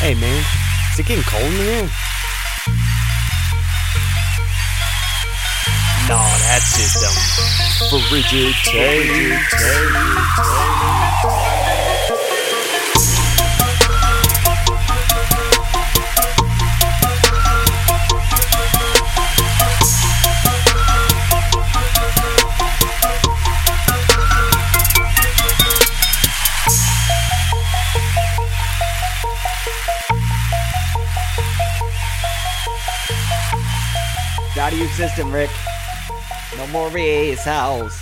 Hey man, is it getting cold in here? No, that's just um frigid Out of your system, Rick. No more race house.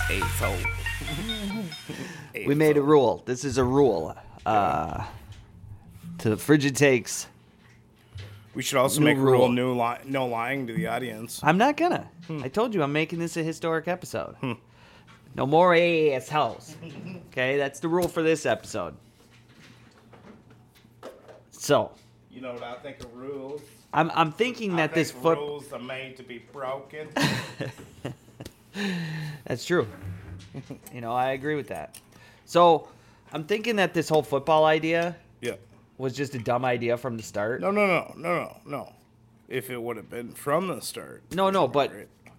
We made a rule. This is a rule. Uh, to the frigid takes. We should also New make a rule rule. new li- no lying to the audience. I'm not gonna. Hmm. I told you I'm making this a historic episode. No more AAS house. Okay, that's the rule for this episode. So You know what I think of rules? I'm I'm thinking that this foot rules are made to be broken. That's true. you know, I agree with that. So I'm thinking that this whole football idea yeah. was just a dumb idea from the start. No, no, no, no, no, no. If it would have been from the start. no, no, but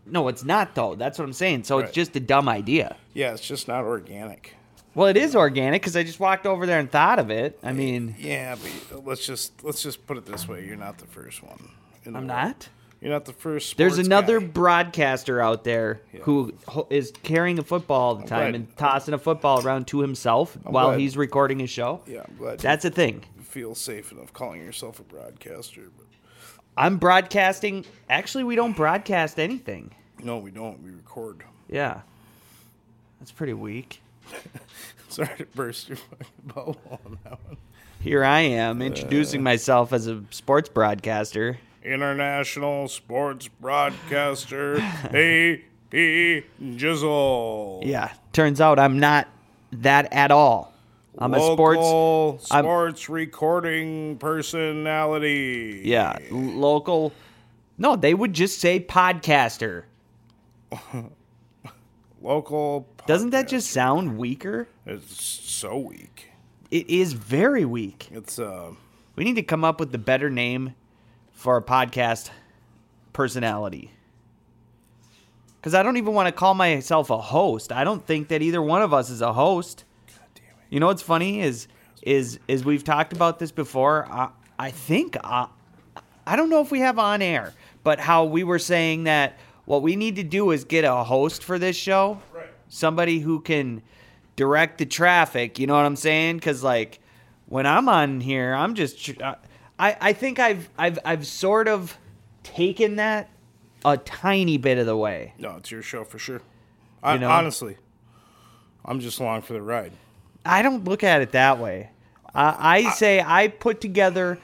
no, it's not though. That's what I'm saying. So Right. it's just a dumb idea. Yeah, it's just not organic. Well, it is organic because I just walked over there and thought of it. I mean, Yeah, but let's just let's just put it this way: you're not the first one. in the I'm world. not. You're not the first. There's sports another guy. broadcaster out there Yeah. who ho- is carrying a football all the time glad- and tossing a football around to himself while glad- he's recording his show. Yeah, I'm glad That's a thing. you feel safe enough calling yourself a broadcaster, but I'm broadcasting. Actually, we don't broadcast anything. no, we don't. We record. Yeah. That's pretty weak. Sorry to burst your fucking bubble on that one. Here I am Uh. introducing myself as a sports broadcaster. International sports broadcaster, A.P. Jizzle. Yeah. Turns out I'm not that at all. I'm a sports Local I'm- sports recording personality. yeah, l- local No, they would just say podcaster. Local. Doesn't that podcast. just sound weaker? It's so weak. It is very weak. It's uh. We need to come up with the better name for a podcast personality. Because I don't even want to call myself a host. I don't think that either one of us is a host. You know what's funny is is is we've talked about this before. I, I think I, I don't know if we have on air, but how we were saying that what we need to do is get a host for this show, Right. somebody who can direct the traffic. You know what I'm saying? Because like when I'm on here, I'm just tr- I I think I've I've I've sort of taken that a tiny bit of the way. No, it's your show for sure. I, You know? Honestly, I'm just along for the ride. I don't look at it that way. I I say I put together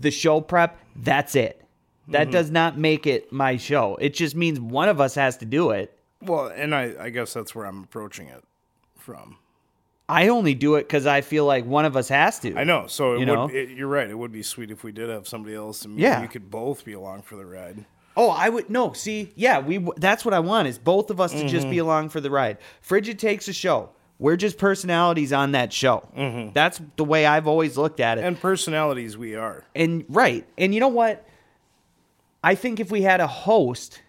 the show prep. That's it. That Mm-hmm. does not make it my show. It just means one of us has to do it. Well, and I, I guess that's where I'm approaching it from. I only do it because I feel like one of us has to. I know. So it You would, know? It, you're right. It would be sweet if we did have somebody else, and Yeah. you could both be along for the ride. Oh, I would no. See, yeah, we. w- That's what I want is both of us to just Mm-hmm. be along for the ride. Frigid takes a show. We're just personalities on that show. That's the way I've always looked at it. Mm-hmm. And personalities, we are. And right. And you know what? I think if we had a host,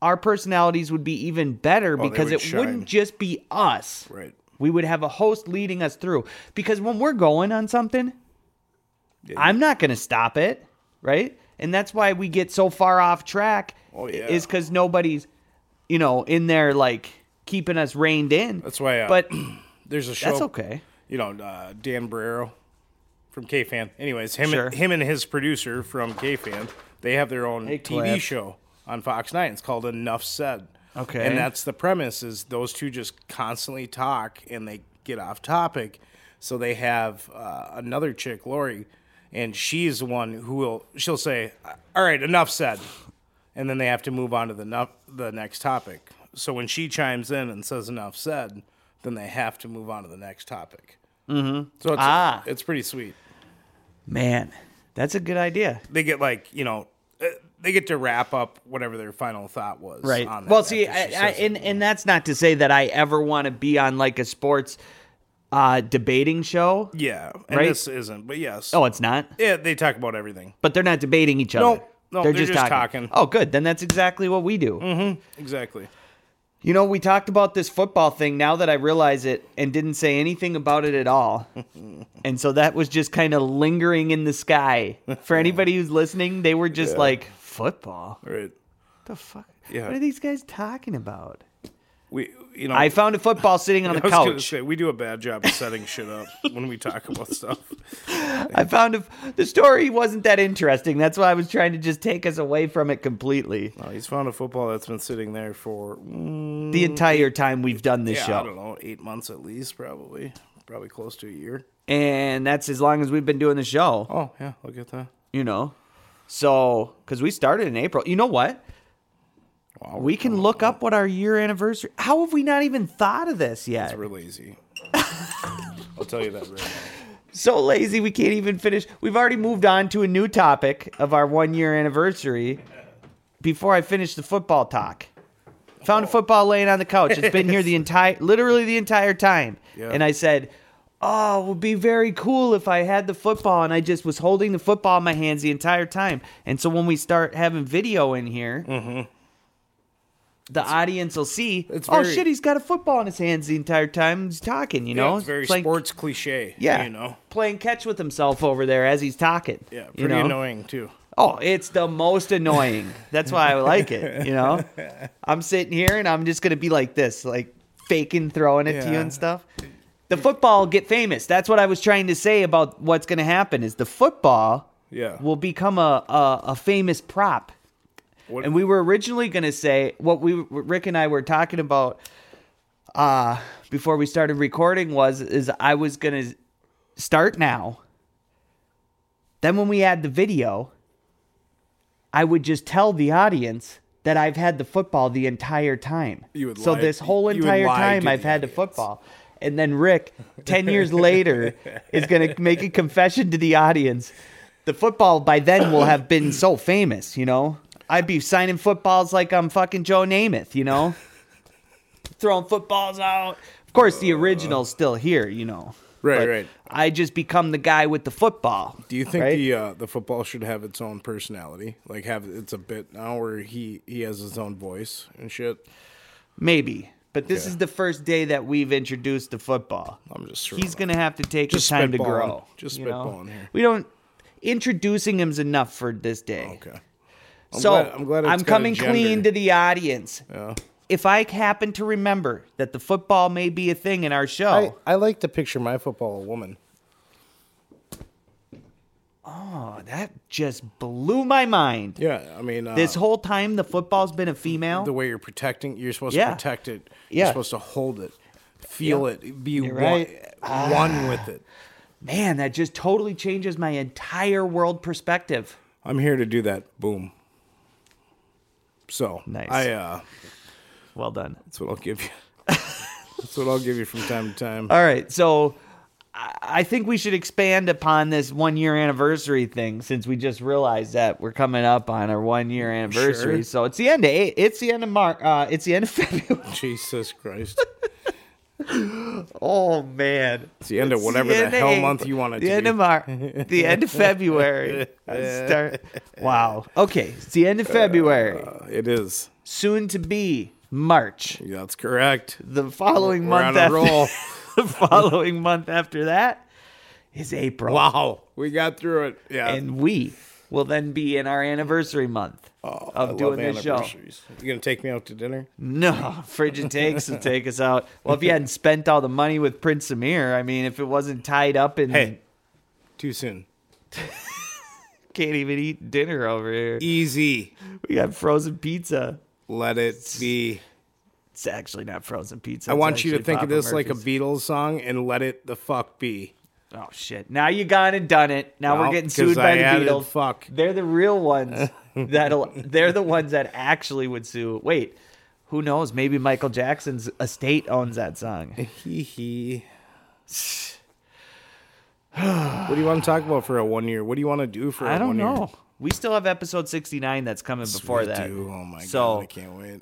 our personalities would be even better Oh, they because would it shine. wouldn't just be us. Right. We would have a host leading us through. Because when we're going on something, I'm not going to stop it. Right. And that's why we get so far off track Oh, yeah. is because nobody's, you know, in there like keeping us reined in. That's why, uh, but There's a show. that's okay. You know, uh, Dan Barrero from K Fan. Anyways, him Sure. and, him and his producer from K Fan, they have their own Hey, TV Cliff. show on Fox Nine. It's called Enough Said. Okay. And that's the premise: is those two just constantly talk and they get off topic. So they have uh, another chick, Lori, and she's the one who will she'll say, "All right, enough said," and then they have to move on to the nu- the next topic. So when she chimes in and says enough said, then they have to move on to the next topic. Mm-hmm. So it's, Ah. it's pretty sweet. Man, that's a good idea. They get like you know uh, they get to wrap up whatever their final thought was. right On that well see after she I, I, says it. and, and that's not to say that i ever want to be on like a sports uh, debating show. Yeah, and Right? this isn't, but yes. Oh, it's not. yeah, they talk about everything. But they're not debating each other. Nope. No, they're just talking. Mm-hmm. Oh, good. Then that's exactly what we do. Exactly. You know, we talked about this football thing now that I realize it and didn't say anything about it at all. and so that was just kind of lingering in the sky. For anybody who's listening, they were just like, football? What Right. the fuck? Yeah. What are these guys talking about? We, you know, I found a football sitting on the I was gonna couch. say we do a bad job of setting shit up when we talk about stuff. I found a, the story wasn't that interesting. That's why I was trying to just take us away from it completely Oh, he's found a football that's been sitting there for mm, the entire time we've done this yeah, I show. don't know, eight months at least, probably, probably close to a year. And that's as long as we've been doing the show. Oh yeah, look at that. you know so because we started in april you know what Wow, we can look up what our year anniversary how have we not even thought of this yet We're lazy. I'll tell you that right now. so lazy we can't even finish we've already moved on to a new topic of our one year anniversary before i finish the football talk Oh. found a football laying on the couch it's been here the entire literally the entire time Yeah. and i said oh it would be very cool if i had the football and i just was holding the football in my hands the entire time and so when we start having video in here the audience will see Mm-hmm. it's oh very- shit he's got a football in his hands the entire time he's talking you know it's very like- sports cliche. yeah, you know. playing catch with himself over there as he's talking. Yeah, pretty you know? annoying too. Oh, it's the most annoying. That's why I like it. You know, I'm sitting here and I'm just gonna be like this, like faking throwing it to you Yeah. and stuff. The football will get famous. That's what I was trying to say about what's gonna happen. Is the football Yeah. will become a a, a famous prop. What- And we were originally going to say what we Rick and I were talking about uh before we started recording was is I was going to start now. Then when we had the video, I would just tell the audience that I've had the football the entire time. You would so lie- this whole you would entire lie time to I've the had the audience. football. And then Rick, 10 years later, is going to make a confession to the audience. The football by then will have been so famous, you know? I'd be signing footballs like I'm fucking Joe Namath, you know? Throwing footballs out. Of course, the original's still here, you know? Right, But right. I just become the guy with the football. Do you think right? the uh, the football should have its own personality? Like have it's a bit now where he he has his own voice and shit. Maybe. But this Okay. is the first day that we've introduced the football. I'm just throwing He's out- going to have to take Just his time to spitballing. grow. Just you know? spitballing here. We don't introducing him's enough for this day. okay. so glad- I'm I'm, glad it's got a coming gender. clean to the audience. Yeah. If I happen to remember that the football may be a thing in our show, I, Oh. I like to picture my football a woman. oh, that just blew my mind. Yeah, I mean uh, This whole time the football's been a female. the way you're protecting you're supposed Yeah. to protect it Yeah. you're supposed to hold it feel it be one, right. one with it Man, that just totally changes my entire world perspective. i'm here to do that boom so Nice. i uh Well done. that's what i'll give you that's what i'll give you from time to time All right, so I I think we should expand upon this one year anniversary thing since we just realized that we're coming up on our one year anniversary. Sure. So it's the end of eight, it's the end of March. Uh, it's the end of February. jesus christ Oh man, it's the end of whatever It's the, end of hell April. month you want to The end of do March. The end of February. I start. Wow. Okay, it's the end of February. Uh, it is Soon to be March. that's correct The following We're month on a after roll. the following month after that is April. wow we got through it yeah and we will then be in our anniversary month Oh, I of love doing this show. anniversaries. you gonna take me out to dinner No, Frigid Takes will take us out. Well, if you hadn't spent all the money with Prince Samir, I mean, if it wasn't tied up in hey too soon can't even eat dinner over here, easy we got frozen pizza. let it be It's actually not frozen pizza. I it's want you to actually think of Papa this like a Murphy's. Beatles song and let it the fuck be. Oh shit! Now you gone and done it. Now Well, we're getting 'cause sued by I the added Beatles. fuck. They're the real ones. That'll. They're the ones that actually would sue. Wait, who knows? Maybe Michael Jackson's estate owns that song. Hee hee. what do you want to talk about for a one year? What do you want to do for? a I don't one year? know. We still have episode 69 that's coming before We that. do. Oh my so god, I can't wait.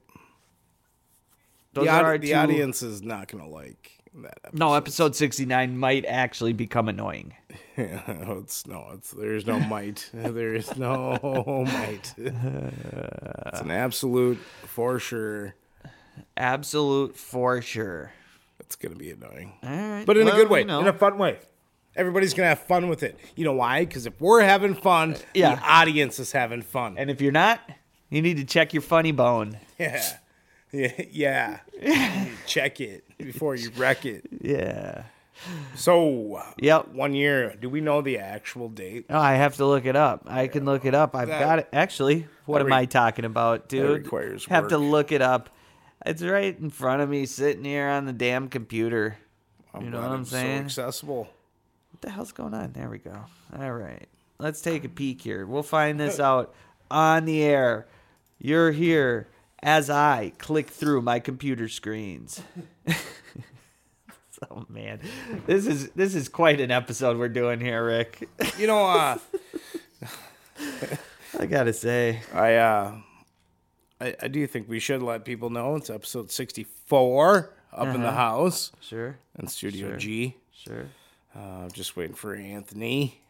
Those the, are aud- our the two- audience is not gonna like that episode. No, episode 69 might actually become annoying. it's no, it's there's no might. there is no might. It's an absolute for sure. Absolute for sure. It's gonna be annoying, All right. but in well, a good way, you know. in a fun way. Everybody's gonna have fun with it. You know why? Because if we're having fun, Yeah. the audience is having fun. and if you're not, you need to check your funny bone. yeah, yeah, yeah. You Check it before you wreck it. Yeah. So, Yep. one year. Do we know the actual date? Oh, I have to look it up. I can look it up. I've That- got it. Actually, what that am re- I talking about, dude? requires have to work. look it up. It's right in front of me, sitting here on the damn computer. you know Glad what I'm it's saying? So accessible. what the hell's going on? There we go. All right, let's take a peek here. We'll find this out on the air. You're here as I click through my computer screens. oh man, this is this is quite an episode we're doing here, Rick. You know, uh, I gotta say. I, uh, I I do think we should let people know it's episode sixty four up in the house Uh-huh. Sure, in Studio G. sure. Uh, just waiting for Anthony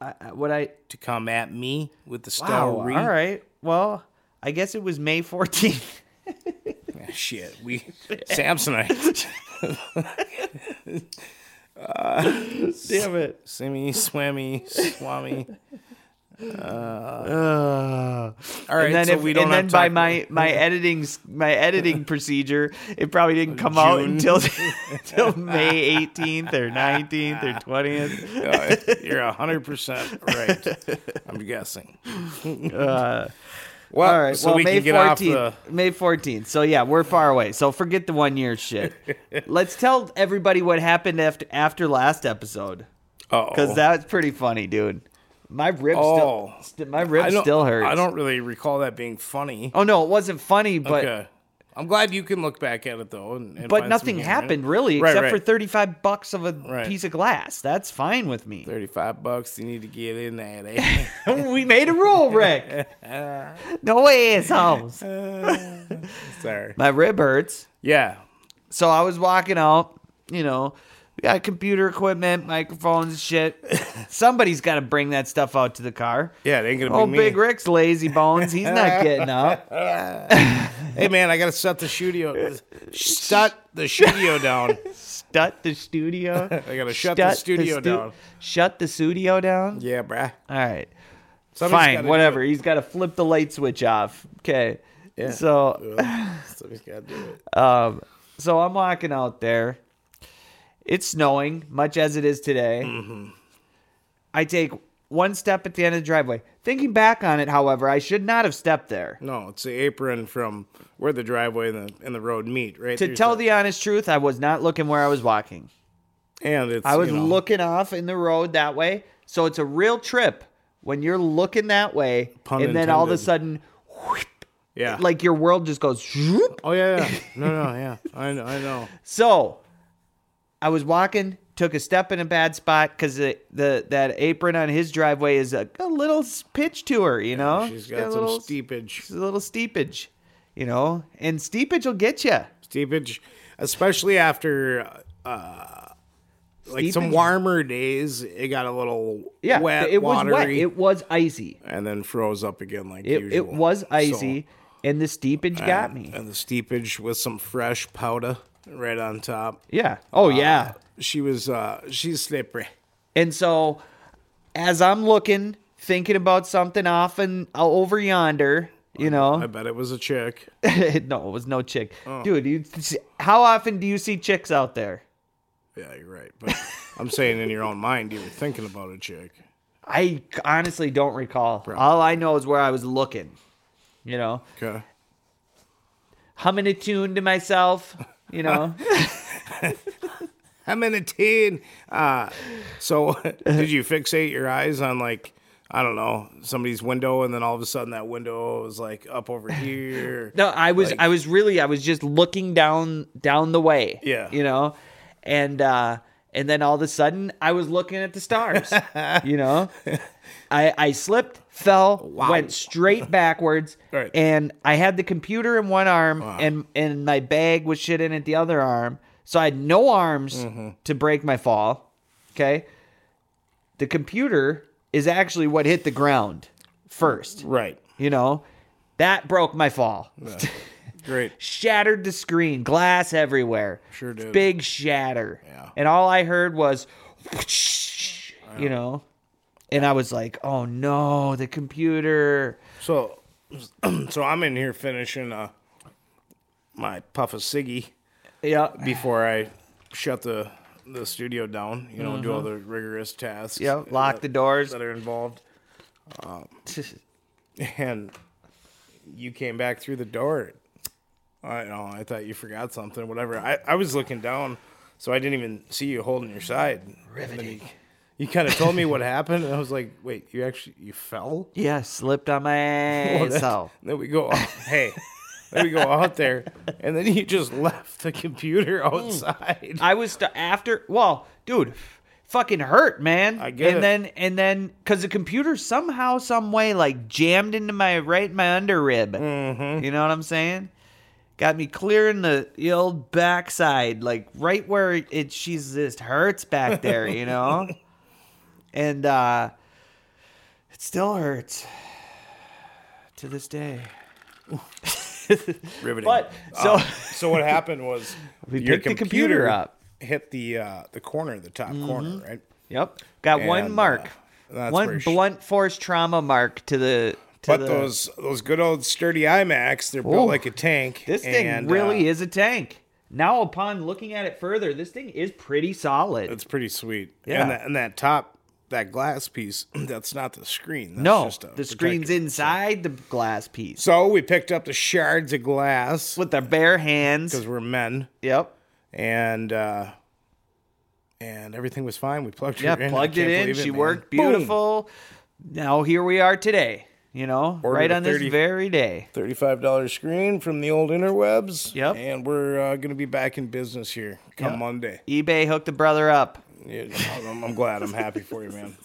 I, I, what I to come at me with the wow. story. All right. Well, I guess it was May 14th. Ah, Shit, we Samsonite, Damn it. Simmy, Swammy, Swami. Uh, All right, and then, so if, we don't and have then by time- my my editing s- my editing procedure, it probably didn't come out June. until until May 18th or 19th or 20th. Uh, you're hundred percent right. I'm guessing. well, Uh, All right, so well we May can get 14th, off the. May 14th. So yeah, we're far away. So forget the one year shit. Let's tell everybody what happened after after last episode Oh, because that was pretty funny, dude. My ribs Oh. still st- my I ribs don't- still hurt. I don't really recall that being funny. Oh no, it wasn't funny, but okay. I'm glad you can look back at it though, and, and but find some nothing humor. happened really, Right, except right. for thirty five bucks of a Right. piece of glass. That's fine with me. Thirty-five bucks. You need to get in that. Eh? we made a rule, Rick. no assholes. Sorry. My rib hurts. Yeah. So I was walking out, you know, we got computer equipment, microphones, shit. Somebody's got to bring that stuff out to the car. Yeah. It ain't gonna Oh, be me. Big Rick's lazy bones. He's not getting up. Hey man, I gotta shut the studio. shut the studio down. Stut the studio. I gotta shut the studio stu- down. Shut the studio down. Yeah, bruh. All right. Somebody's gotta Fine, do whatever. He's got to flip the light switch off. Okay. Yeah. So it. Ugh, Somebody's gotta do it. Um, so I'm walking out there. It's snowing, much as it is today. Mm-hmm. I take one step at the end of the driveway. Thinking back on it, however, I should not have stepped there. No, it's the apron from where the driveway and the and the road meet, right? To There's tell a- the honest truth, I was not looking where I was walking. and it's I was you know, looking off in the road that way. So it's a real trip when you're looking that way, Pun and then all of a intended. sudden, whoop, yeah. like your world just goes. whoop. oh yeah, yeah. no no yeah I know I know So I was walking, took a step in a bad spot because the, the that apron on his driveway is a, a little s- pitch to her, you know. she's She's got, a some little, steepage she's a little steepage, you know, and steepage will get you. steepage, especially after uh, like some Steepage? warmer days. It got a little Yeah, wet, it was watery, wet. It was icy. and then froze up again like It, usual. it was So, uh, icy, and the steepage got and- me. And the steepage with some fresh powder right on top. yeah. Oh uh, yeah. She was uh she's slippery. And so, as I'm looking, thinking about something off and uh, over yonder, you know, I bet it was a chick. no, it was no chick. Dude, you, how often do you see chicks out there? Yeah, you're right. But I'm saying in your own mind, you were thinking about a chick. I honestly don't recall. All I know is where I was looking. You know, Okay. humming a tune to myself. You know, I'm in a teen. Uh, so did you fixate your eyes on like I don't know somebody's window, and then all of a sudden that window was like up over here. no, I was, Like- I was really, I was just looking down, down the way. Yeah. You know, and uh, and then all of a sudden, I was looking at the stars. you know, I I slipped, fell, went straight backwards, Right. and I had the computer in one arm and and my bag with shit in it the other arm. So I had no arms Mm-hmm. to break my fall. Okay. The computer is actually what hit the ground first. Right. You know, that broke my fall. Great. Shattered the screen, glass everywhere. Sure did. Big shatter. Yeah. And all I heard was, you know, and I was like, oh no, the computer. So, so I'm in here finishing uh, my puff of ciggy Yeah. before I shut the the studio down. You know, do all the rigorous tasks. Yeah, Mm-hmm. lock that- the doors. that are involved. And you came back through the door. I know. I thought you forgot something. Whatever. I, I was looking down, so I didn't even see you holding your side. And then You, you kind of told me what happened, and I was like, "Wait, you actually you fell?" Yeah, slipped on my Well, ass. Oh. that- So Then we go, hey, then we go out there, and then you just left the computer Hmm. outside. I was st- after. Well, dude, fucking hurt, man. I get and it. then and then because the computer somehow, some way, like jammed into my right my under rib. Mm-hmm. You know what I'm saying? Got me clearing the, the old backside, like right where it she's just hurts back there. You know, and uh it still hurts to this day. Riveting. But so. Um, so what happened was Uh, We your picked the computer up. Mm-hmm. hit the uh, the corner, the top corner, right? Yep. Got one And, mark. uh, that's one where she- blunt force trauma mark to the to But the, those those good old sturdy IMAX, they're built Ooh. like a tank. This thing and, really uh, is a tank. Now upon looking at it further, this thing is pretty solid. It's pretty sweet. Yeah. And that, and that top, that glass piece, that's not the screen. That's no, just a the screen's protector. inside the glass piece So we picked up the shards of glass with our bare hands. because we're men. Yep. and uh and everything was fine. We plugged Yeah, her in. I plugged it can't in. believe She man. worked Boom. beautiful. Now here we are today. You know, Ordered right a on this 30 very day. Thirty-five dollar screen from the old interwebs. Yep. And we're uh, gonna be back in business here come Yep. Monday. eBay hooked the brother up. Yeah, I'm, I'm glad. I'm happy for you, man.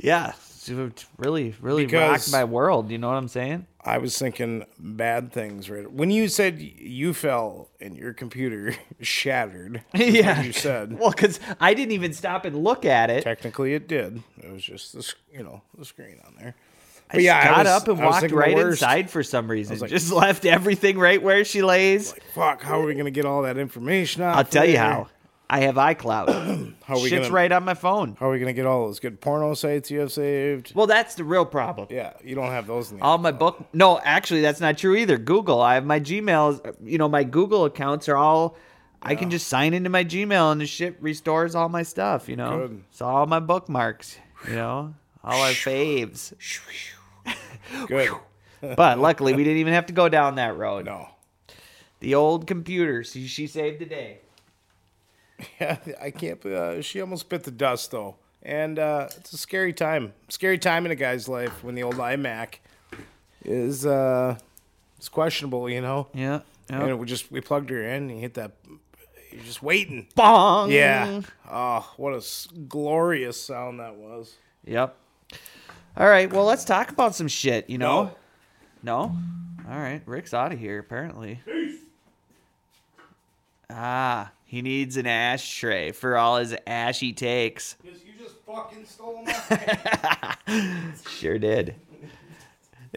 Yeah, it really, really Because- rocked my world. You know what I'm saying? I was thinking bad things right when you said you fell and your computer shattered. is what Yeah. You said Well, because I didn't even stop and look at it. technically it did. It was just the sc- you know the screen on there. I But yeah, just I got was- up and I was walked thinking the right worst. inside for some reason. like- just left everything right where she lays. Fuck! How are we gonna get all that information out? I'll tell you later? how. I have iCloud. How are we Shit's gonna right on my phone. How are we gonna get all those good porno sites you have saved? Well, that's the real problem. Yeah, you don't have those in the. All my book. No, actually, that's not true either. Google. I have my Gmails. You know, my Google accounts are all. I can just sign into my Gmail and the shit restores all my stuff. You know, Good. so all my bookmarks. You know, all our faves. Good. But luckily, we didn't even have to go down that road. No. The old computer. She, she saved the day. Yeah, I can't. Uh, she almost bit the dust though, and uh, it's a scary time. Scary time in a guy's life when the old iMac is uh, is questionable. You know. Yeah. yeah. And we just we plugged her in. And you hit that. You're just waiting. Mm-hmm. Bong. Yeah. Oh, what a s- glorious sound that was. Yep. All right. Well, let's talk about some shit. You know. No. All right. Rick's out of here apparently. Ah, he needs an ashtray for all his ash he takes. Because you just fucking stole my. Sure did.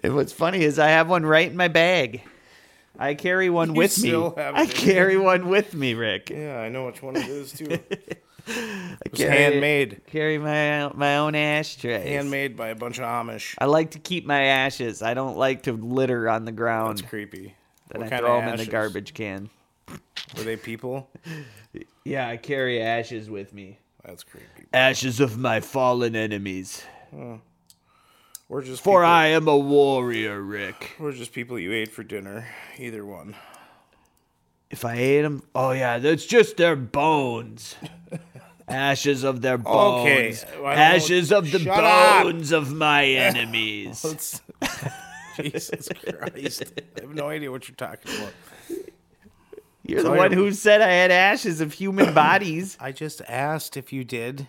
And what's funny is I have one right in my bag. I carry one You with still me. have I it in carry one with me, Rick. yeah, I know which one it is too. It I was carry- handmade. Carry my my own ashtray. Handmade by a bunch of Amish. I like to keep my ashes. I don't like to litter on the ground. That's creepy. Um, Then What I kind throw of them in the ashes? garbage can. Were they people? Yeah, I carry ashes with me. That's creepy. Ashes of my fallen enemies. We're just For people, I am a warrior, Rick. We're just people you ate for dinner. Either one. If I ate them, oh yeah, that's just their bones. Ashes of their Okay, bones. well, I don't- Ashes of the Shut up. bones of my enemies. Let's, Jesus Christ! I have no idea what you're talking about. You're the Sorry. one who said I had ashes of human bodies, I just asked if you did.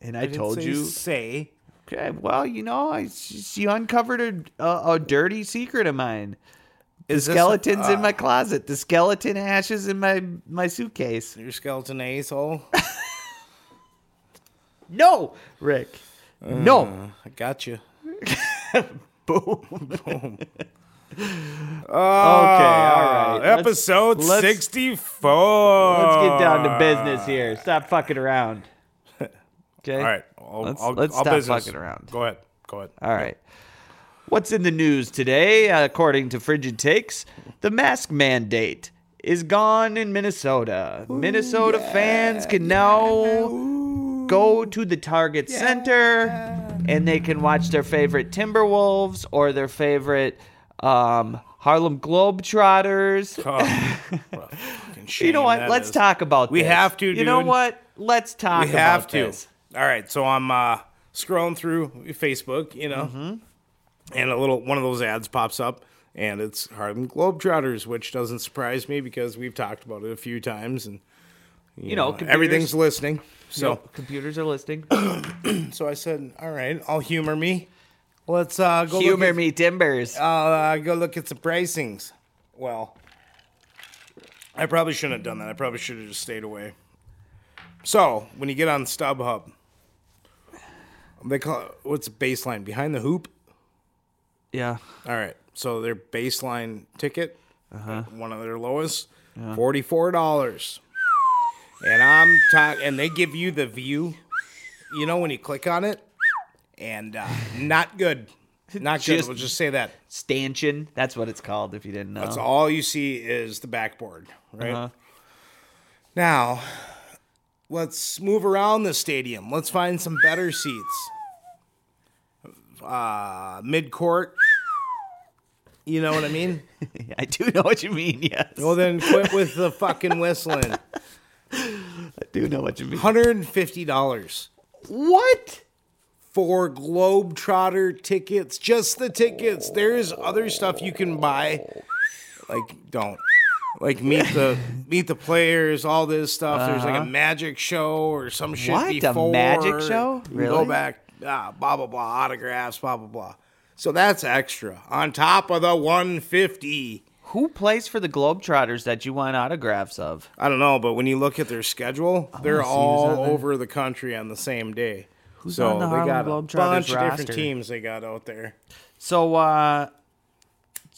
and I, told you. Say Okay, well, you know, I, she she uncovered a, a, a dirty secret of mine. Is the this- skeleton's in uh, my closet. The skeleton ashes in my my suitcase. Your skeleton asshole. No, Rick. Uh, No. I got you. Boom. Ah, all right. Let's- Episode let's- 64. Let's get down to business here. Stop fucking around. Okay. All right. I'll, Let's- I'll, let's I'll stop business. fucking around. Go ahead. Go ahead. All right. What's in the news today? According to Frigid Takes, the mask mandate is gone in Minnesota. Minnesota fans can now go to the Target Center and they can watch their favorite Timberwolves or their favorite um, Harlem Globetrotters. Oh, what a fucking shame you know what? that Let's is. talk about We this. have to, You know dude. what? Let's talk We have about to. this. All right. So I'm uh, scrolling through Facebook, you know, Mm-hmm. and a little one of those ads pops up, and it's Harlem Globetrotters, which doesn't surprise me because we've talked about it a few times, and you, know, computers- everything's listening. So. So Oh, computers are listing. So I said, "All right, I'll humor me. Let's uh, go look Humor at, me timbers. I'll uh, go look at some pricings." Well, I probably shouldn't have done that. I probably should have just stayed away. So when you get on StubHub, they call it, what's baseline behind the hoop. yeah. All right, so their baseline ticket, one of their lowest, forty four dollars. And I'm talking, and they give you the view, you know, when you click on it, and uh, not good, not good. Just- We'll just say that. stanchion. That's what it's called. If you didn't know, So all you see is the backboard, right? Now, let's move around the stadium. Let's find some better seats. Uh, mid court. You know what I mean? I do know what you mean. Yes, Well, then quit with the fucking whistling. I do know what you mean. $150 What? for Globetrotter tickets, just the tickets. There's other stuff you can buy. Like, don't. Like meet the meet the players, all this stuff. There's like a magic show or some shit Uh-huh. What? A before. magic show? You can Go Really? back, ah, blah blah blah, autographs, blah blah blah. So that's extra on top of the 150. Who plays for the Globetrotters that you want autographs of? I don't know, but when you look at their schedule, they're see who's all on there. over the country on the same day. Who's on the Harlem Globetrotters a bunch of roster? different teams they got out there. So, uh,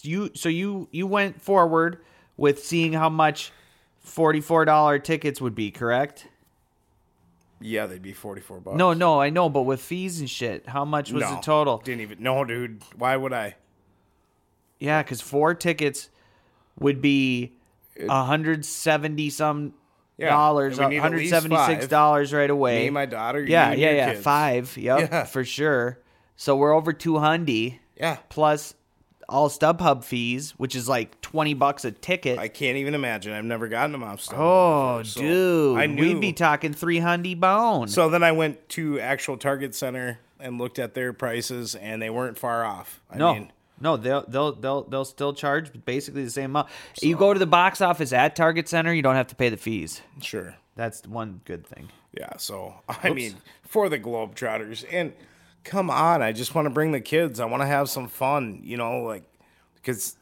you so you you went forward with seeing how much forty four dollar tickets would be, correct? Yeah, they'd be forty-four bucks. No, no, I know, but with fees and shit, how much was No, the total? Didn't even. No, dude. Why would I? Yeah, because four tickets would be hundred seventy some Yeah, dollars, we need at hundred least seventy six dollars right away. Me, my daughter. you yeah, and yeah, your yeah, kids. five. Yep, Yeah. for sure. So we're over two hundy Yeah, plus all StubHub fees, which is like twenty bucks a ticket. I can't even imagine. I've never gotten a mom stuff. oh, so dude, I we'd knew. be talking three hundy bone. So then I went to actual Target Center and looked at their prices, and they weren't far off. I no, mean, no, they'll they'll they'll they'll still charge basically the same amount. You go to the box office at Target Center, you don't have to pay the fees. sure. That's one good thing. Yeah, so I mean, for the Globetrotters, and come on, I just want to bring the kids. I want to have some fun, you know, like because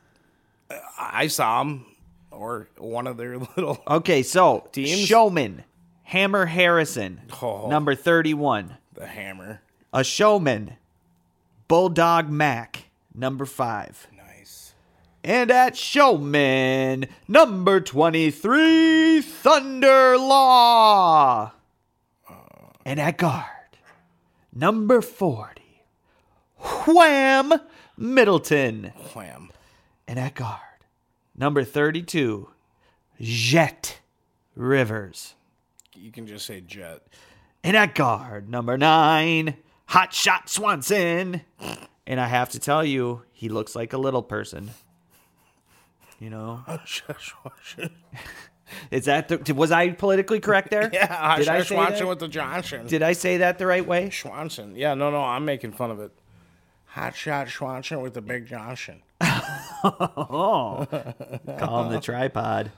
I saw them or one of their little. Okay, so Teams? showman Hammer Harrison, Oh. number thirty-one. the hammer. A showman Bulldog Mac, number five. Nice. And at showman number twenty-three, Thunder Law. And at guard number forty, Wham Middleton. Wham. And at guard number thirty-two, Jet Rivers. You can just say Jet. And at guard number nine, Hot Shot Swanson. And I have to tell you, he looks like a little person. You know, is that the, was I politically correct there? yeah, did I say Schwanson that? with the Johnson. Did I say that the right way? Schwanson. Yeah, no, no, I'm making fun of it. Hot shot Schwanson with the big Johnson. Call him the tripod.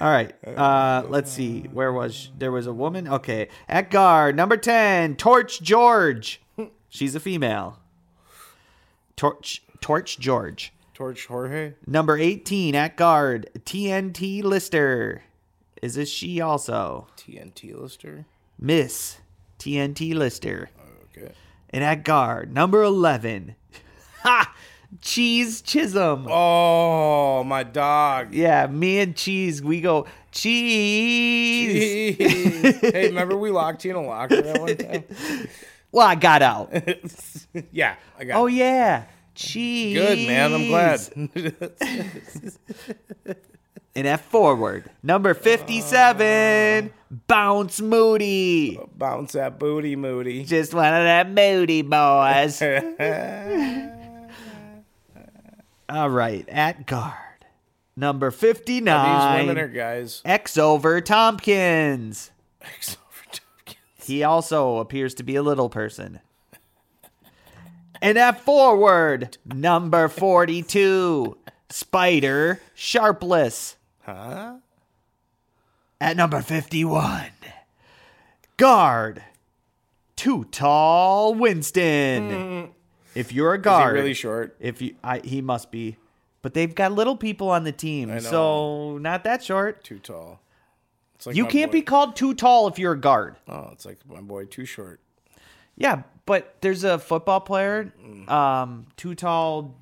All right, uh, let's see. Where was there was a woman? Okay, at guard number ten, Torch George. She's a female. Torch Torch George. Torch Jorge. Number 18 at guard, TNT Lister. Is this she also? TNT Lister. Miss TNT Lister. Okay. And at guard, number 11. Ha! Cheese Chisholm. Oh, my dog. Yeah, me and Cheese, we go, Cheese. hey, remember we locked you in a locker that one time? Well, I got out. Yeah, I got. oh, it. yeah. Cheese. good man. I'm glad. And at forward, number 57, Bounce Moody. Bounce that booty, Moody. Just one of that Moody boys. All right, at guard, number These 59, women are guys. X over Tompkins. X over Tompkins. He also appears to be a little person. And at forward, number 42, Spider Sharpless. Huh? At number 51, guard, too tall Winston. If you're a Mm. Is he guard, really short? if you, I, he must be. But they've got little people on the team, know. so not that short. Too tall. It's like You my can't boy- be called too tall if you're a guard. Oh, it's like my boy too short. Yeah, but there's a football player, um, too tall.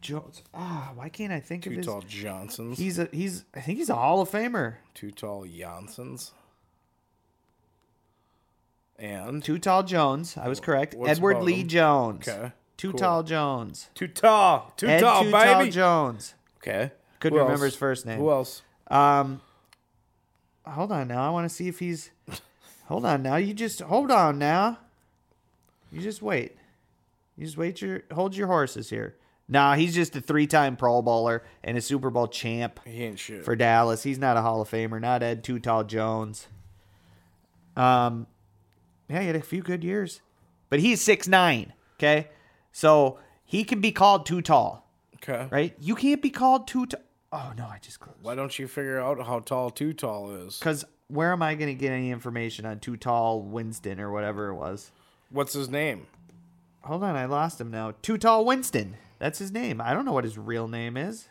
Jones. Ah, why can't I think of Too his? tall Johnsons. He's a he's. I think he's a Hall of Famer. too tall Johnsons. And Too tall Jones. I was correct. What's Edward about Lee him? Jones. Okay, Too cool. tall Jones. too tall. Too Ed tall, Too baby. Tall Jones. okay. Couldn't Who remember else? his first name. Who else? Um, hold on now. I want to see if he's. Hold on now. You just hold on now. You just wait. You just wait your hold your horses here. Nah, he's just a three-time Pro Bowler and a Super Bowl champ He ain't shit. for Dallas. He's not a Hall of Famer. Not Ed Too Tall Jones. Um, yeah, he had a few good years, but he's six nine. Okay, so he can be called too tall okay. right? You can't be called too tall. Oh no, I just closed. Why don't you figure out how tall too tall is? Because where am I going to get any information on too tall Winston or whatever it was? What's his name? Hold on, I lost him now. Too tall Winston. That's his name. I don't know what his real name is.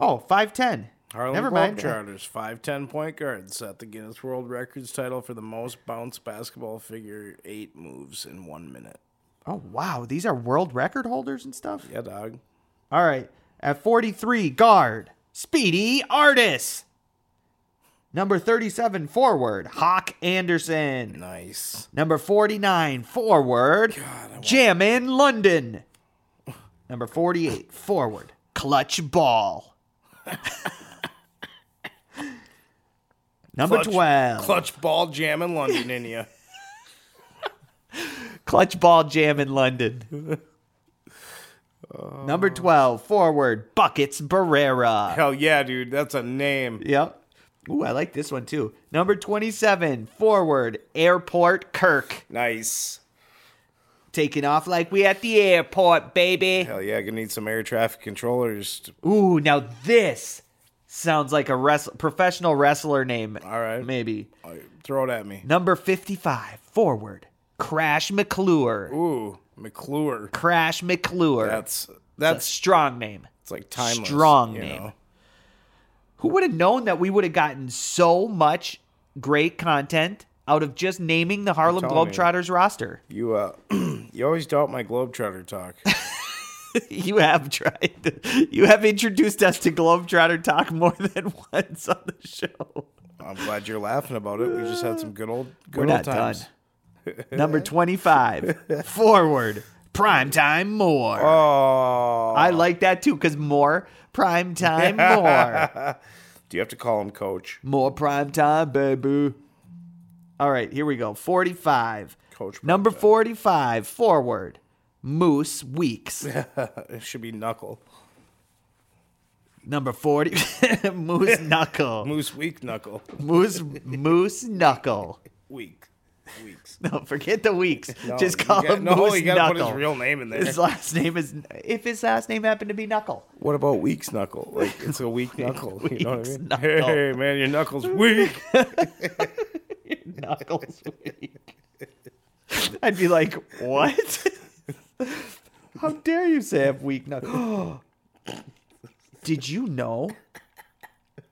Oh, 5'10. Harlem Never mind. Globetrotters, five ten point guard, set the Guinness World Records title for the most bounce basketball figure eight moves in one minute. Oh, wow. These are world record holders and stuff? Yeah, dog. All right. At 43, guard, Speedy Artist. Number 37, forward, Hawk Anderson. Nice. Number 49, forward, Jammin' London. Number 48, forward, Clutch Ball. Number Clutch- 12, Clutch ball jam in London, in you. Clutch Ball Jammin' London. Number 12, forward, Buckets Barrera. Hell yeah, dude. That's a name. Yep. Ooh, I like this one too. Number 27, forward, Airport Kirk. Nice. Taking off like we at the airport, baby. Hell yeah, gonna need some air traffic controllers. to- Ooh, now this sounds like a wrestl- professional wrestler name. All right. Maybe. uh, Throw it at me. Number 55, forward, Crash McClure. Ooh, McClure. Crash McClure. That's a that's strong name. it's like timeless. strong you name. know? Who would have known that we would have gotten so much great content out of just naming the Harlem telling you. Globetrotters roster? You uh, you always doubt my globetrotter talk. You have tried. you have introduced us to Globetrotter talk more than once on the show. I'm glad you're laughing about it. We just had some good old good We're old not times. done. Number 25, forward, primetime more. Oh, I like that too, because more primetime more. do you have to call him coach? more primetime, baby. All right, here we go. 45. Coach Number 45, forward, Moose Weeks. It should be knuckle. Number 40, Moose Knuckle. Moose weak knuckle. Moose, Moose Knuckle. Weak. Weeks. No, forget the weeks. No, Just you call got- him no, Moose you gotta Knuckle. put his real name in there. His last name is if his last name happened to be Knuckle. What about week's knuckle? Like it's a weak knuckle. you know what I Week's mean? knuckle. Hey man, your knuckles weak. Knuckles week. I'd be like, what? How dare you say I have weak knuckles? Did you know?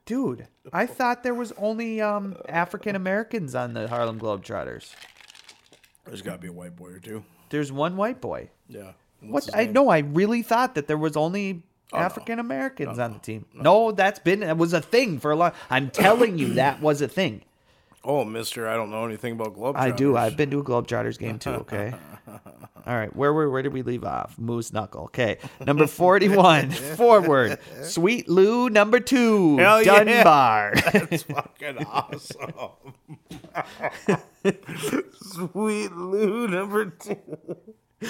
Dude, I thought there was only um, African Americans on the Harlem Globetrotters. There's got to be a white boy or two. There's one white boy. Yeah. What I know, I really thought that there was only Oh, African Americans on the team. No. that's been that was a thing for a long. I'm telling you, that was a thing. Oh, Mister, I don't know anything about globetrotters. I do. I've been to a Globetrotters game too. Okay. All right. Where were where did we leave off? Moose knuckle. Okay. Number forty one. forward. Sweet Lou. Number two. Hell yeah. Dunbar. That's fucking awesome. Sweet Lou number two.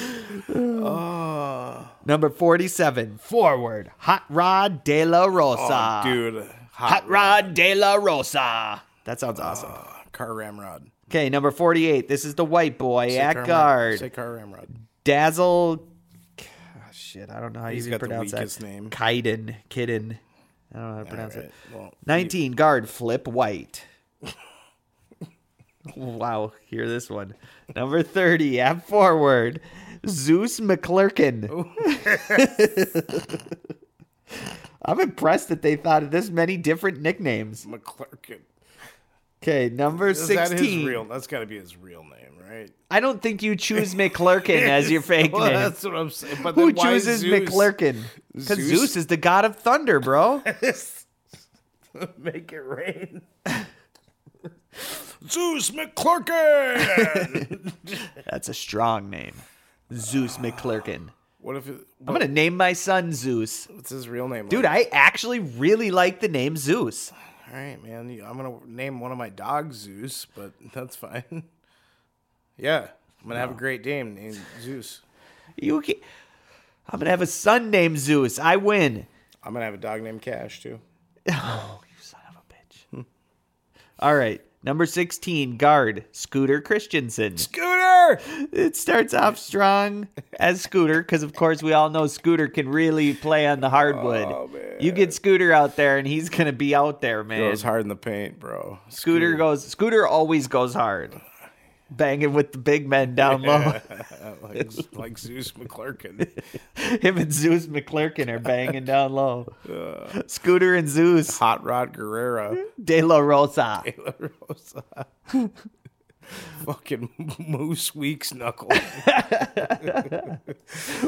Ah. number forty seven. Forward. Hot Rod De La Rosa. Oh, Dude, hot, Hot Rod De La Rosa. That sounds awesome. rod. car ramrod. Okay, number 48. This is the white boy Say at car ramrod. guard. Say car ramrod. Dazzle. Ah, Shit, I don't know how you even got the pronounce weakest that. name. Kaiden. Kidden. I don't know how to pronounce it. Alright, well, 19. Guard. Flip white. wow, hear this one. Number 30. At forward. Zeus McClurkin. I'm impressed that they thought of this many different nicknames. McClurkin. Okay, number Is 16. that his real? That's got to be his real name, right? I don't think you choose McClurkin as your fake Well, name. That's what I'm saying. But Who then why chooses Zeus? McClurkin? Because Zeus? Zeus is the god of thunder, bro. Make it rain. Zeus McClurkin. That's a strong name. Zeus McClurkin. what if it, I'm going to name my son Zeus. what's his real name? Dude, Like? I actually really like the name Zeus. All right, man. You- I'm gonna name one of my dogs Zeus, but that's fine. yeah, I'm gonna have a great dame named Zeus. You ca- I'm going to have a son named Zeus. I win. I'm gonna have a dog named Cash too. Son of a Hmm. bitch. All right. Number 16, guard, Scooter Christensen. Scooter. it starts off strong as Scooter because, of course, we all know Scooter can really play on the hardwood. You get Scooter out there, and he's gonna be out there, man. Oh, Goes hard in the paint, bro. Scooter, goes. Scooter always goes hard, banging with the big men down like, like Zeus McClurkin. low. Him and Zeus McClurkin are banging down low. Scooter and Zeus Hot Rod Guerrero. De La Rosa. La Rosa. Fucking Moose Weeks Knuckle.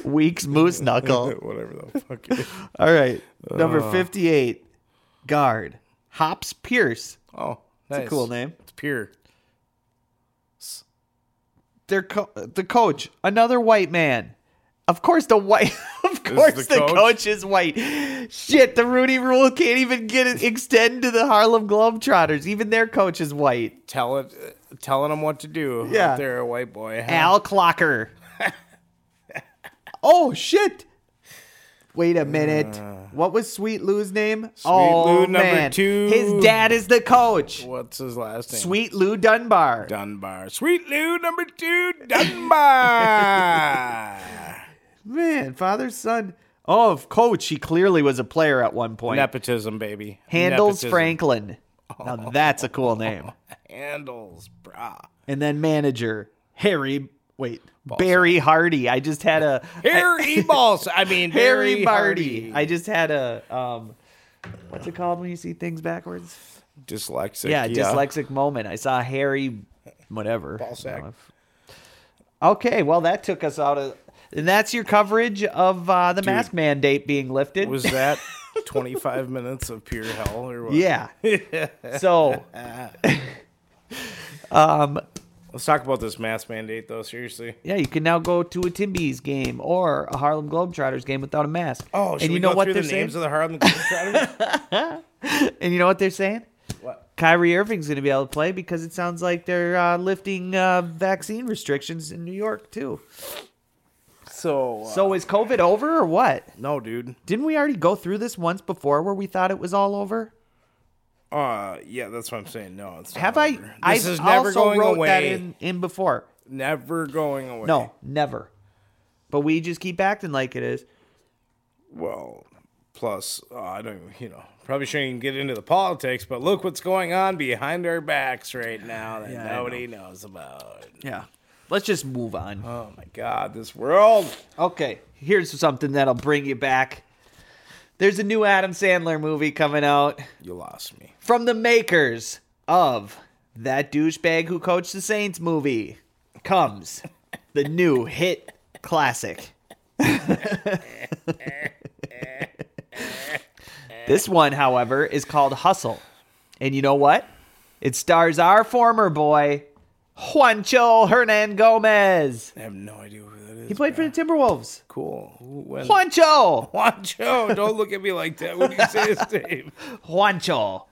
Weeks Moose Knuckle. Whatever the fuck it is. All right, number Uh. fifty-eight. Guard Hops Pierce. Oh, That's nice. a cool name. It's pure. their co- the coach, another white man. Of course, the white. Of course, the the, coach? coach? is white. Shit, the Rooney Rule can't even get it extend to the Harlem Globetrotters. Even their coach is white. Tell it, telling them what to do. Yeah. Out there, a white boy. huh? Al Clocker. oh shit! Wait a minute. what was Sweet Lou's name? oh Uh. Lou number man, two. his dad is the coach. What's his last name? Sweet Lou Dunbar. Dunbar. Sweet Lou number two, Dunbar. Man, father son. Oh, of coach. He clearly was a player at one point. Nepotism, baby. Handles Nepotism. Franklin. Now that's a cool name. Handles, brah. And then manager Harry. Wait, Barry Hardy. I just had a Harry Balls. I mean, Harry, Barry Barty. Hardy. I just had a um. What's it called when you see things backwards? dyslexic. Yeah, dyslexic moment. I saw Harry, whatever. sack. Okay, well that took us out of, and that's your coverage of uh, the mask mandate being lifted. Was that 25 minutes of pure hell or what? yeah. so Let's talk about this mask mandate, though. Seriously. Yeah, you can now go to a Timbies game or a Harlem Globetrotters game without a mask. Oh, and should you we know go what through they're the saying? names of the Harlem Globetrotters? and you know what they're saying? What? Kyrie Irving's going to be able to play because it sounds like they're uh, lifting uh, vaccine restrictions in New York too. so, uh, So is COVID over or what? no, dude. Didn't we already go through this once before where we thought it was all over? Uh, yeah, that's what I'm saying. No, it's not Have I? over. I This is never also going wrote away. that in, in before. Never going away. No, never. But we just keep acting like it is. Well, plus, uh, I don't, even- you know, probably shouldn't even get into the politics, but look what's going on behind our backs right now that Yeah, I know. nobody knows about. Yeah. Let's just move on. Oh my God, this world. Okay, here's something that'll bring you back. There's a new Adam Sandler movie coming out You lost me. from the makers of that douchebag who coached the Saints movie. Comes the new hit classic. this one, however, is called Hustle. And you know what? It stars our former boy, Juancho Hernan Gomez. I have no idea who that is. He played for the Timberwolves. cool. Who- When? Juancho! Juancho, don't look at me like that when you say his name. Juancho.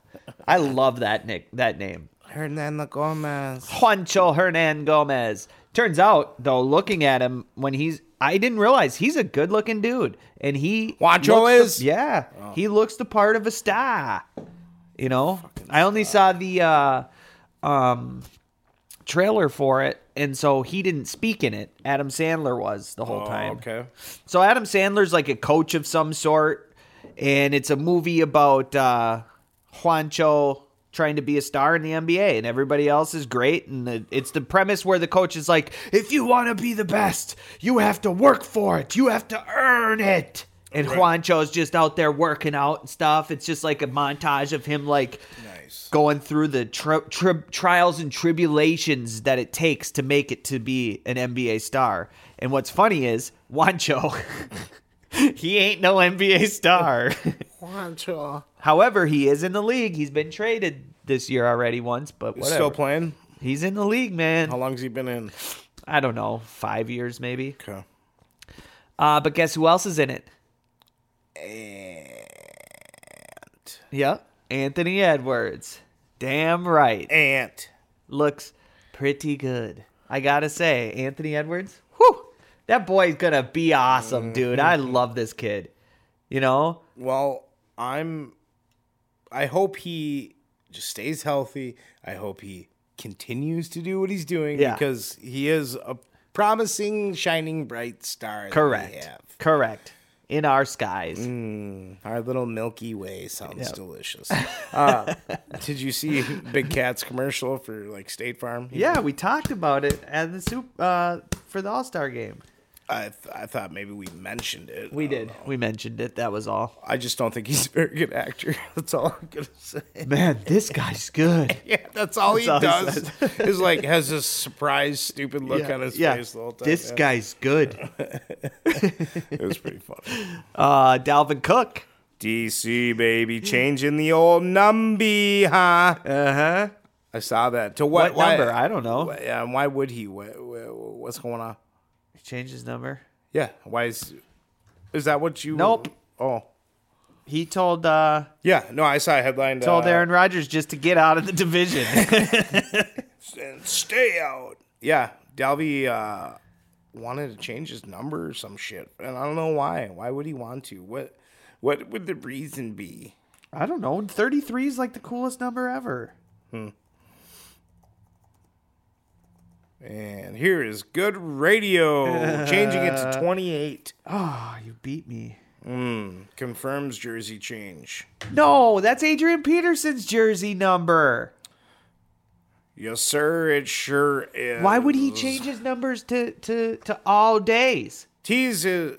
I love that nick that name. Hernan Gomez. Juancho Hernan Gomez. Turns out, though, looking at him when he's I didn't realize he's a good looking dude. And he Juancho looks the- is? Oh. yeah. He looks the part of a star. You know? I only saw the uh um trailer for it, and so he didn't speak in it. Adam Sandler was the whole Oh, time. okay. So Adam Sandler's like a coach of some sort, and it's a movie about uh, Juancho trying to be a star in the NBA, and everybody else is great. And the, it's the premise where the coach is like, "If you want to be the best, you have to work for it. You have to earn it." And Juancho's just out there working out and stuff. It's just like a montage of him like Nice. going through the tri- tri- trials and tribulations that it takes to make it to be an NBA star. And what's funny is Wancho, he ain't no NBA star. Juancho. However, he is in the league. He's been traded this year already once, but whatever. Still playing? He's in the league, man. How long's he been in? I don't know, five years maybe. Okay. Uh, but guess who else is in it? Eh. Yep, Anthony Edwards. Damn right. Ant. looks pretty good. I gotta say, Anthony Edwards, whew, that boy's gonna be awesome, dude. I Mm-hmm. love this kid. You know, Well, I'm. I hope he just stays healthy. I hope he continues to do what he's doing Yeah. because he is a promising, shining, bright star. that we correct, have. correct. In our skies, Mm-hmm. Our little Milky Way sounds Yep. delicious. Uh, did you see Big Cat's commercial for like State Farm? yeah, we talked about it at the soup uh, for the All Star game. I, th- I thought maybe we mentioned it. We I don't did, know. Oh. we mentioned it. That was all. I just don't think he's a very good actor. That's all I'm gonna say. Man, this guy's good. Yeah, that's all he That's all he does. is like has this surprised, stupid look on his face the whole time. this Yeah. guy's good. It was pretty funny. Uh, Dalvin Cook. DC baby, changing the old numby, huh? Uh huh. I saw that. To what, What why- number? I don't know. Why, yeah, and why would he? Wha- wha- what's going on? He changed his number. Yeah. Why is? Is that what you? Nope. Oh. He told uh, Yeah. No, I saw a headline. told uh, Aaron Rodgers just to get out of the division. and stay out. Yeah, Dalvey uh, wanted to change his number or some shit, and I don't know why. Why would he want to? What What would the reason be? I don't know. 33 is like the coolest number ever. And here is good radio changing it to 28 Oh, you beat me. Hmm, confirms jersey change. No, that's Adrian Peterson's jersey number. Yes, sir. It sure is. Why would he change his numbers to to to all days? tease? Is,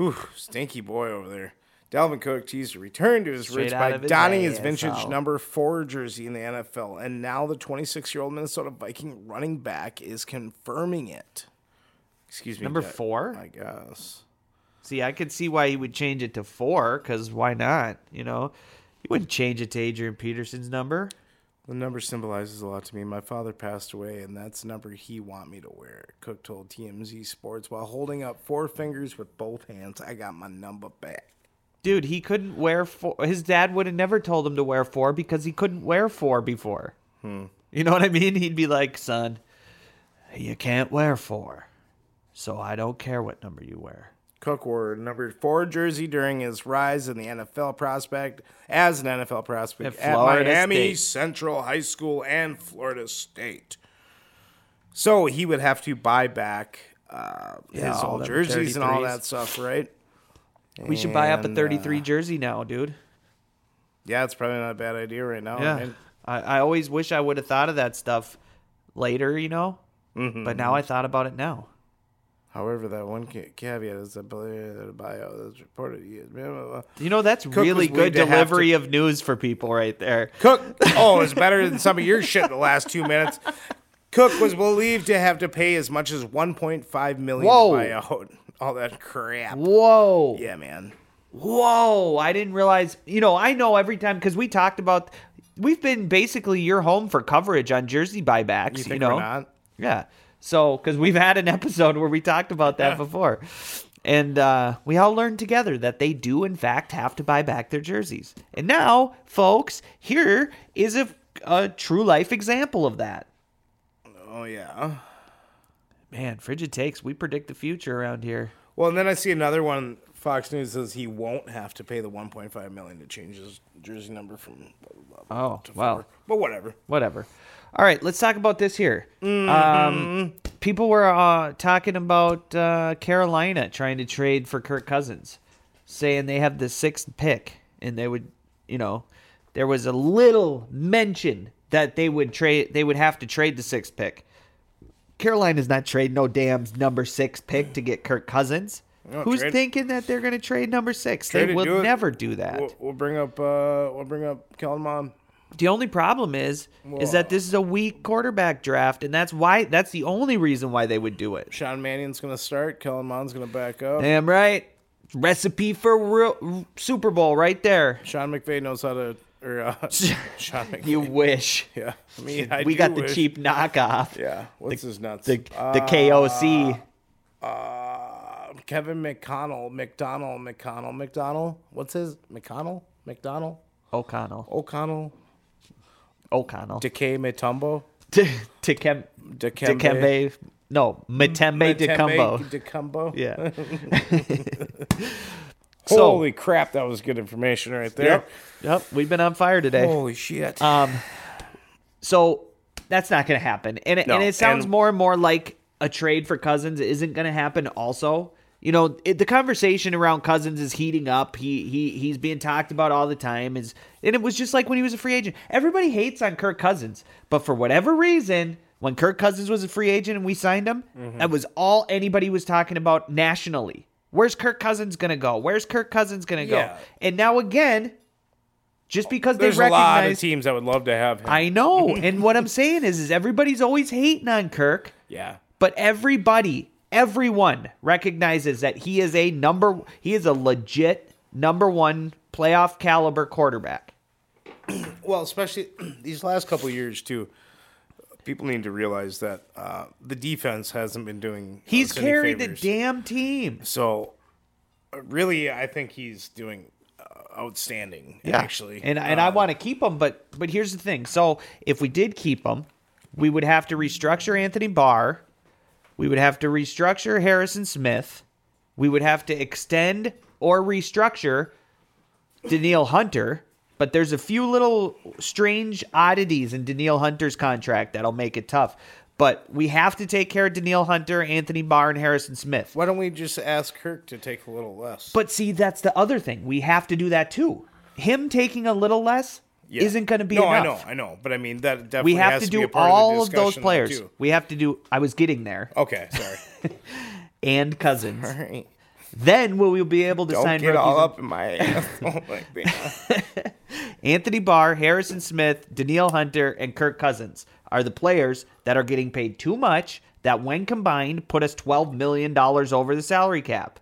ooh, stinky boy over there. Dalvin Cook teased a return to his roots out by of his donning his vintage ASL. number four jersey in the NFL, and now the 26 year old Minnesota Viking running back is confirming it. Excuse me. Number Dad. four? I guess. See, I could see why he would change it to four. Cause why not? You know, he wouldn't change it to Adrian Peterson's number. The number symbolizes a lot to me. My father passed away, and that's the number he want me to wear. Cook told TMZ Sports while holding up four fingers with both hands. I got my number back. Dude, he couldn't wear four. His dad would have never told him to wear four because he couldn't wear four before. Hmm. You know what I mean? He'd be like, son, you can't wear four. So I don't care what number you wear. Cook wore number four jersey during his rise in the NFL prospect as an NFL prospect At at, Florida Miami State. Central High School and Florida State. So he would have to buy back uh, Yeah, his all old them jerseys and all 33s. that stuff, right? We should buy up a And, uh, 33 jersey now, dude. Yeah, it's probably not a bad idea right now. Yeah. man. I, I always wish I would Mm-hmm, have thought of that stuff later, you know? But now I thought about it now. However, that one ca- caveat is that blah, blah, blah, bio that's reported. he is- Blah, blah, blah. You know, that's was really good weird to have delivery of news for people right there. Cook. Oh, it's better than some of your shit in the last two minutes. Cook was believed to have to pay as much as 1.5 million Whoa. to buy out all that crap. Whoa. Yeah, man. Whoa. I didn't realize. You know, I know every time because we talked about, we've been basically your home for coverage on jersey buybacks. You You, think know? we're not? Yeah. So, because we've had an episode where we talked about that before. And uh, we all learned together that they do, in fact, have to buy back their jerseys. And now, folks, here is a, a true life example of that. Oh yeah. Man, frigid takes. We predict the future around here. Well, and then I see another one. Fox News says he won't have to pay the 1.5 million to change his jersey number from. Blah, blah, blah, blah, Oh, to wow. four. But whatever. Whatever. All right, let's talk about this here. Um, people were uh, talking about uh, Carolina trying to trade for Kirk Cousins, saying they have the sixth pick and they would, you know, there was a little mention that they would trade. They would have to trade the sixth pick. Carolina's not trading no damn number six pick to get Kirk Cousins. No, Who's trade- thinking that they're going to trade number six? Try they to will do it. never do that. We'll, we'll bring up. Uh, we'll bring up Kellen Mond. The only problem is is that this is a weak quarterback draft, and that's why that's the only reason why they would do it. Sean Mannion's gonna start. Kellen Mond's gonna back up. Damn right. Recipe for real, Super Bowl right there. Sean McVay knows how to. Or uh, Sean McVay. You wish. yeah. I mean, I we do got the wish- Ah. cheap knockoff. Yeah. What's his nuts? The the KOC. uh, Kevin McConnell, McDonald, McConnell, McDonald. What's his McConnell? McDonald? O'Connell. O'Connell? O'Connell. Decay Metumbo? Dikembe. Dikembe. Dikembe. No, Matembe Dicumbo. Decumbo. Yeah. So- Holy crap, that was good information right there. Yep, we've been on fire today. Holy shit. Um, So that's not going to happen. And, it No, and it sounds and- more and more like a trade for Cousins isn't going to happen also. You know, it, the conversation around Cousins is heating up. He he he's being talked about all the time is and it was just like when he was a free agent. Everybody hates on Kirk Cousins, but for whatever reason, when Kirk Cousins was a free agent and we signed him, Mm-hmm. that was all anybody was talking about nationally. Where's Kirk Cousins going to go? Where's Kirk Cousins going to Yeah. go? And now again, just because There's they a lot of recognize teams that would love to have him. I know. and what I'm saying is, is everybody's always hating on Kirk, yeah. but everybody, everyone recognizes that he is a number, he is a legit number one playoff caliber quarterback. Well, especially these last couple of years, too. People need to realize that uh, the defense hasn't been doing. He's us any carried the favors. damn team. So, uh, really, I think he's doing uh, outstanding. actually, Uh, and and I want to keep him, but but here's the thing. So if we did keep him, we would have to restructure Anthony Barr. We would have to restructure Harrison Smith. We would have to extend or restructure Daniil Hunter. But there's a few little strange oddities in Daniil Hunter's contract that'll make it tough. But we have to take care of Daniil Hunter, Anthony Barr, and Harrison Smith. Why don't we just ask Kirk to take a little less? But see, that's the other thing. We have to do that too. Him taking a little less Yeah. isn't going to be No, enough. I know, I know, but I mean that definitely We have has to be do a part all of, of, the those discussion, players. Too. Oh. We have to do. I was getting there. Okay, sorry. And Cousins. all right. Then will we be able to Don't sign get all rookies up in my ass. Oh my God. Anthony Barr, Harrison Smith, Daniil Hunter, and Kirk Cousins are the players that are getting paid too much that, when combined, put us $12 million over the salary cap.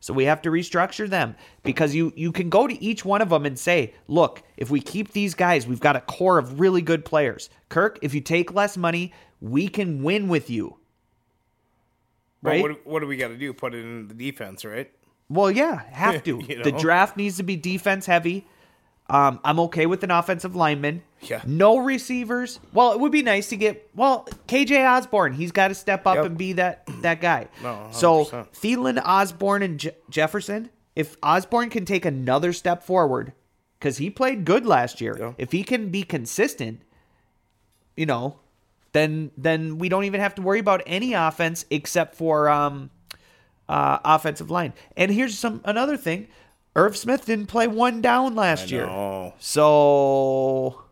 So we have to restructure them because you, you can go to each one of them and say, look, if we keep these guys, we've got a core of really good players. Kirk, if you take less money, we can win with you. But Right? what, what do we got to do? Put it in the defense, right? Well, yeah, have to. You The know? draft needs to be defense heavy. Um, I'm okay with an offensive lineman. Yeah. No receivers. Well, it would be nice to get well KJ Osborne. He's got to step up Yep. and be that that guy. No, so 100%. Thielen, Osborne, and Je- Jefferson. If Osborne can take another step forward, because he played good last year. Yeah. If he can be consistent, you know, then then we don't even have to worry about any offense except for um, uh, offensive line. And here's some another thing: Irv Smith didn't play one down last year, No. so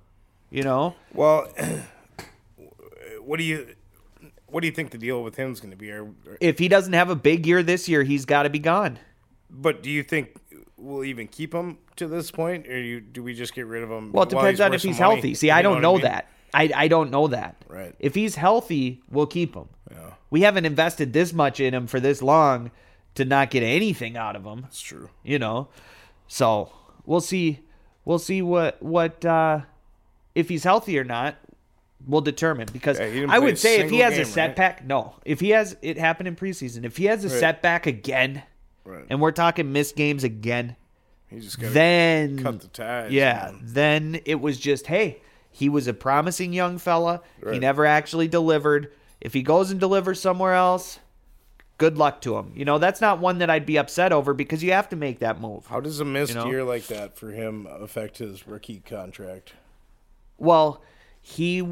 you know Well, what do you? what do you think the deal with him is going to be? Or, or- If he doesn't have a big year this year, he's got to be gone. but do you think we'll even keep him to this point, or you, do we just get rid of him? Well, it while depends on worth if he's some money? healthy. See, You I don't what know mean? that. I, I don't know that. Right. If he's healthy, we'll keep him. We haven't invested this much in him for this long to not get anything out of him, It's true. you know. So we'll see. We'll see what what uh, if he's healthy or not. We'll determine because Yeah, he didn't I play would a say if he single has game, a right? setback, no. If he has it happened in preseason, if he has a setback again, Right. and we're talking missed games again, He just got to then cut the ties. yeah, man. then it was just, hey, he was a promising young fella. He Right. never actually delivered. If he goes and delivers somewhere else, good luck to him. You know, that's not one that I'd be upset over because you have to make that move. How does a missed You know? year like that for him affect his rookie contract? Well, he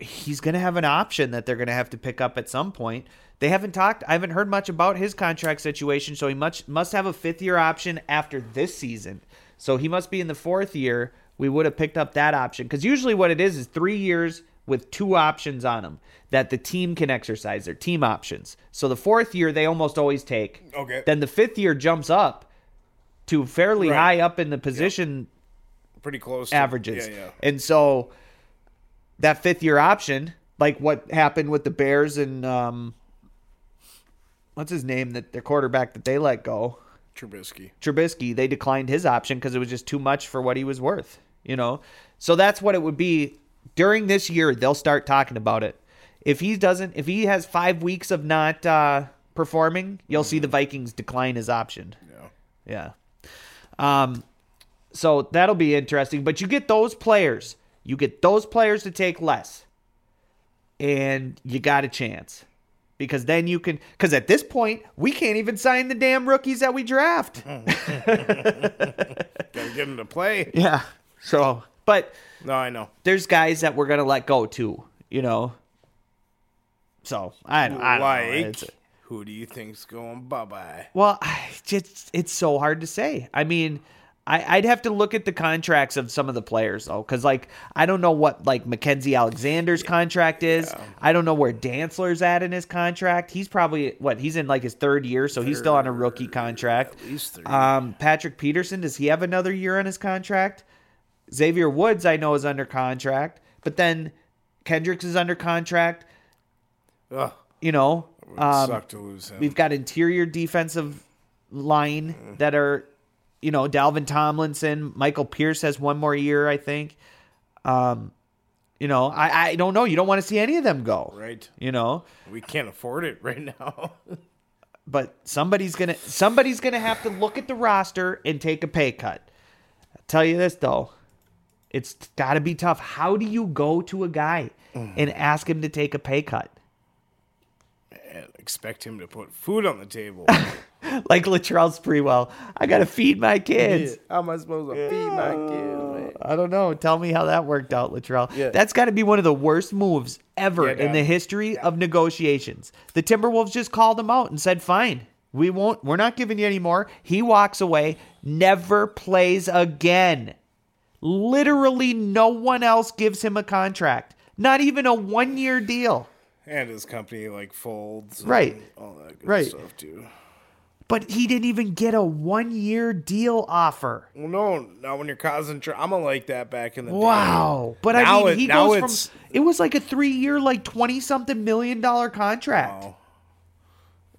he's going to have an option that they're going to have to pick up at some point. They haven't talked. I haven't heard much about his contract situation, so he much must have a fifth year option after this season. So he must be in the fourth year. We would have picked up that option because usually what it is is three years with two options on them that the team can exercise. Their team options. So the fourth year they almost always take. Okay. Then the fifth year jumps up to fairly Right. high up in the position Pretty close. to- averages. yeah, yeah. And so that fifth year option, like what happened with the Bears and um, what's his name that their quarterback that they let go, Trubisky. Trubisky, they declined his option because it was just too much for what he was worth, you know? So that's what it would be during this year. They'll start talking about it. If he doesn't, if he has five weeks of not uh, performing, you'll Mm-hmm. see the Vikings decline his option. Yeah. Yeah. Um, so that'll be interesting. But you get those players. You get those players to take less. And you got a chance. Because then you can because at this point, we can't even sign the damn rookies that we draft. Gotta get him to play. yeah. So but No, I know. there's guys that we're gonna let go too, you know. So I don't, I don't know. like, It's- who do you think's going bye bye? Well, I just it's so hard to say. I mean, I, I'd have to look at the contracts of some of the players though, because like I don't know what like Mackenzie Alexander's contract is. I don't know where Dantzler's at in his contract. He's probably what he's in like his third year, so he's still on a rookie contract. At least three. Um, Patrick Peterson, does he have another year on his contract? Xavier Woods, I know, is under contract, but then Kendricks is under contract. Ugh, You know, would um, suck to lose him. We've got interior defensive line that are, you know, Dalvin Tomlinson, Michael Pierce has one more year, I think. Um, you know, I, I don't know. You don't want to see any of them go, Right. You know, We can't afford it right now. but somebody's gonna somebody's gonna have to look at the roster and take a pay cut. I'll tell you this though, it's got to be tough. How do you go to a guy and ask him to take a pay cut? And expect him to put food on the table. Like Latrell Sprewell, I gotta feed my kids. How am I supposed to feed my kids, man? Oh, I don't know. Tell me how that worked out, Latrell. Yeah. That's got to be one of the worst moves ever Yeah, in the that- history of negotiations. The Timberwolves just called him out and said, "Fine, we won't. We're not giving you any more." He walks away, never plays again. Literally, no one else gives him a contract. Not even a one-year deal. And his company like folds. and Right. all that good Right. stuff too. But he didn't even get a one-year deal offer. Well, no, not when you're causing drama like that back in the day. Wow. But I Now mean, it- he now goes it's- from it was like a three year, like twenty something million dollar contract. Wow.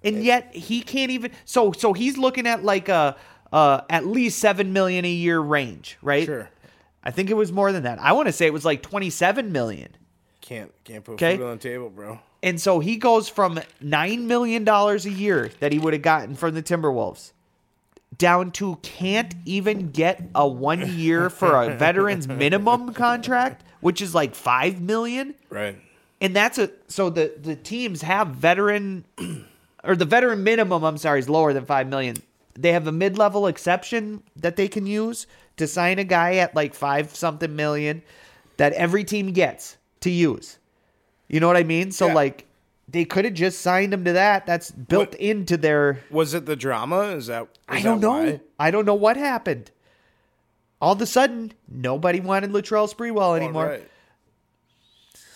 And yet he can't even so so he's looking at like a uh at least seven million a year range, right? Sure. I think it was more than that. I want to say it was like twenty seven million. Can't can't put Okay. food on the table, bro. And so he goes from nine million dollars a year that he would have gotten from the Timberwolves down to can't even get a one year for a veteran's minimum contract, which is like five million. Right. and that's a so the the teams have veteran or the veteran minimum i'm sorry is lower than 5 million they have a mid-level exception that they can use to sign a guy at like 5 something million that every team gets to use you know what i mean so Yeah. like they could have just signed him to that that's built What- into their Was it the drama? Is that? is I don't that know. why? I don't know what happened. All of a sudden, nobody wanted Latrell Sprewell All anymore. right.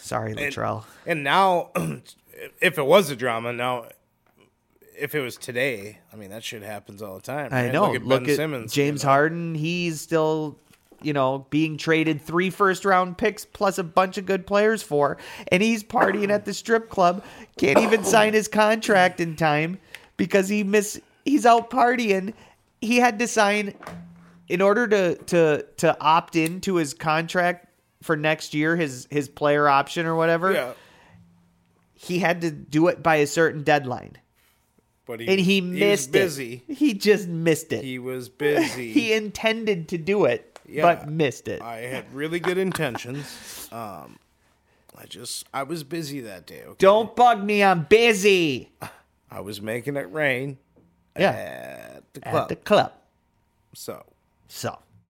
Sorry, Latrell. And now if it was a drama now, if it was today, I mean that shit happens all the time. I right? know. Look at Ben Simmons, you James know. Harden. He's still, you know, being traded three first round picks plus a bunch of good players for, and he's partying at the strip club. Can't even sign his contract in time because he miss. He's out partying. He had to sign in order to to to opt into his contract for next year, his his player option or whatever. Yeah, He had to do it by a certain deadline, but he and he was missed busy. it. He just missed it He was busy. he intended to do it Yeah. but missed it I had really good intentions. Um, I just I was busy that day. Okay? don't bug me i'm busy I was making it rain yeah at the at club. the club So so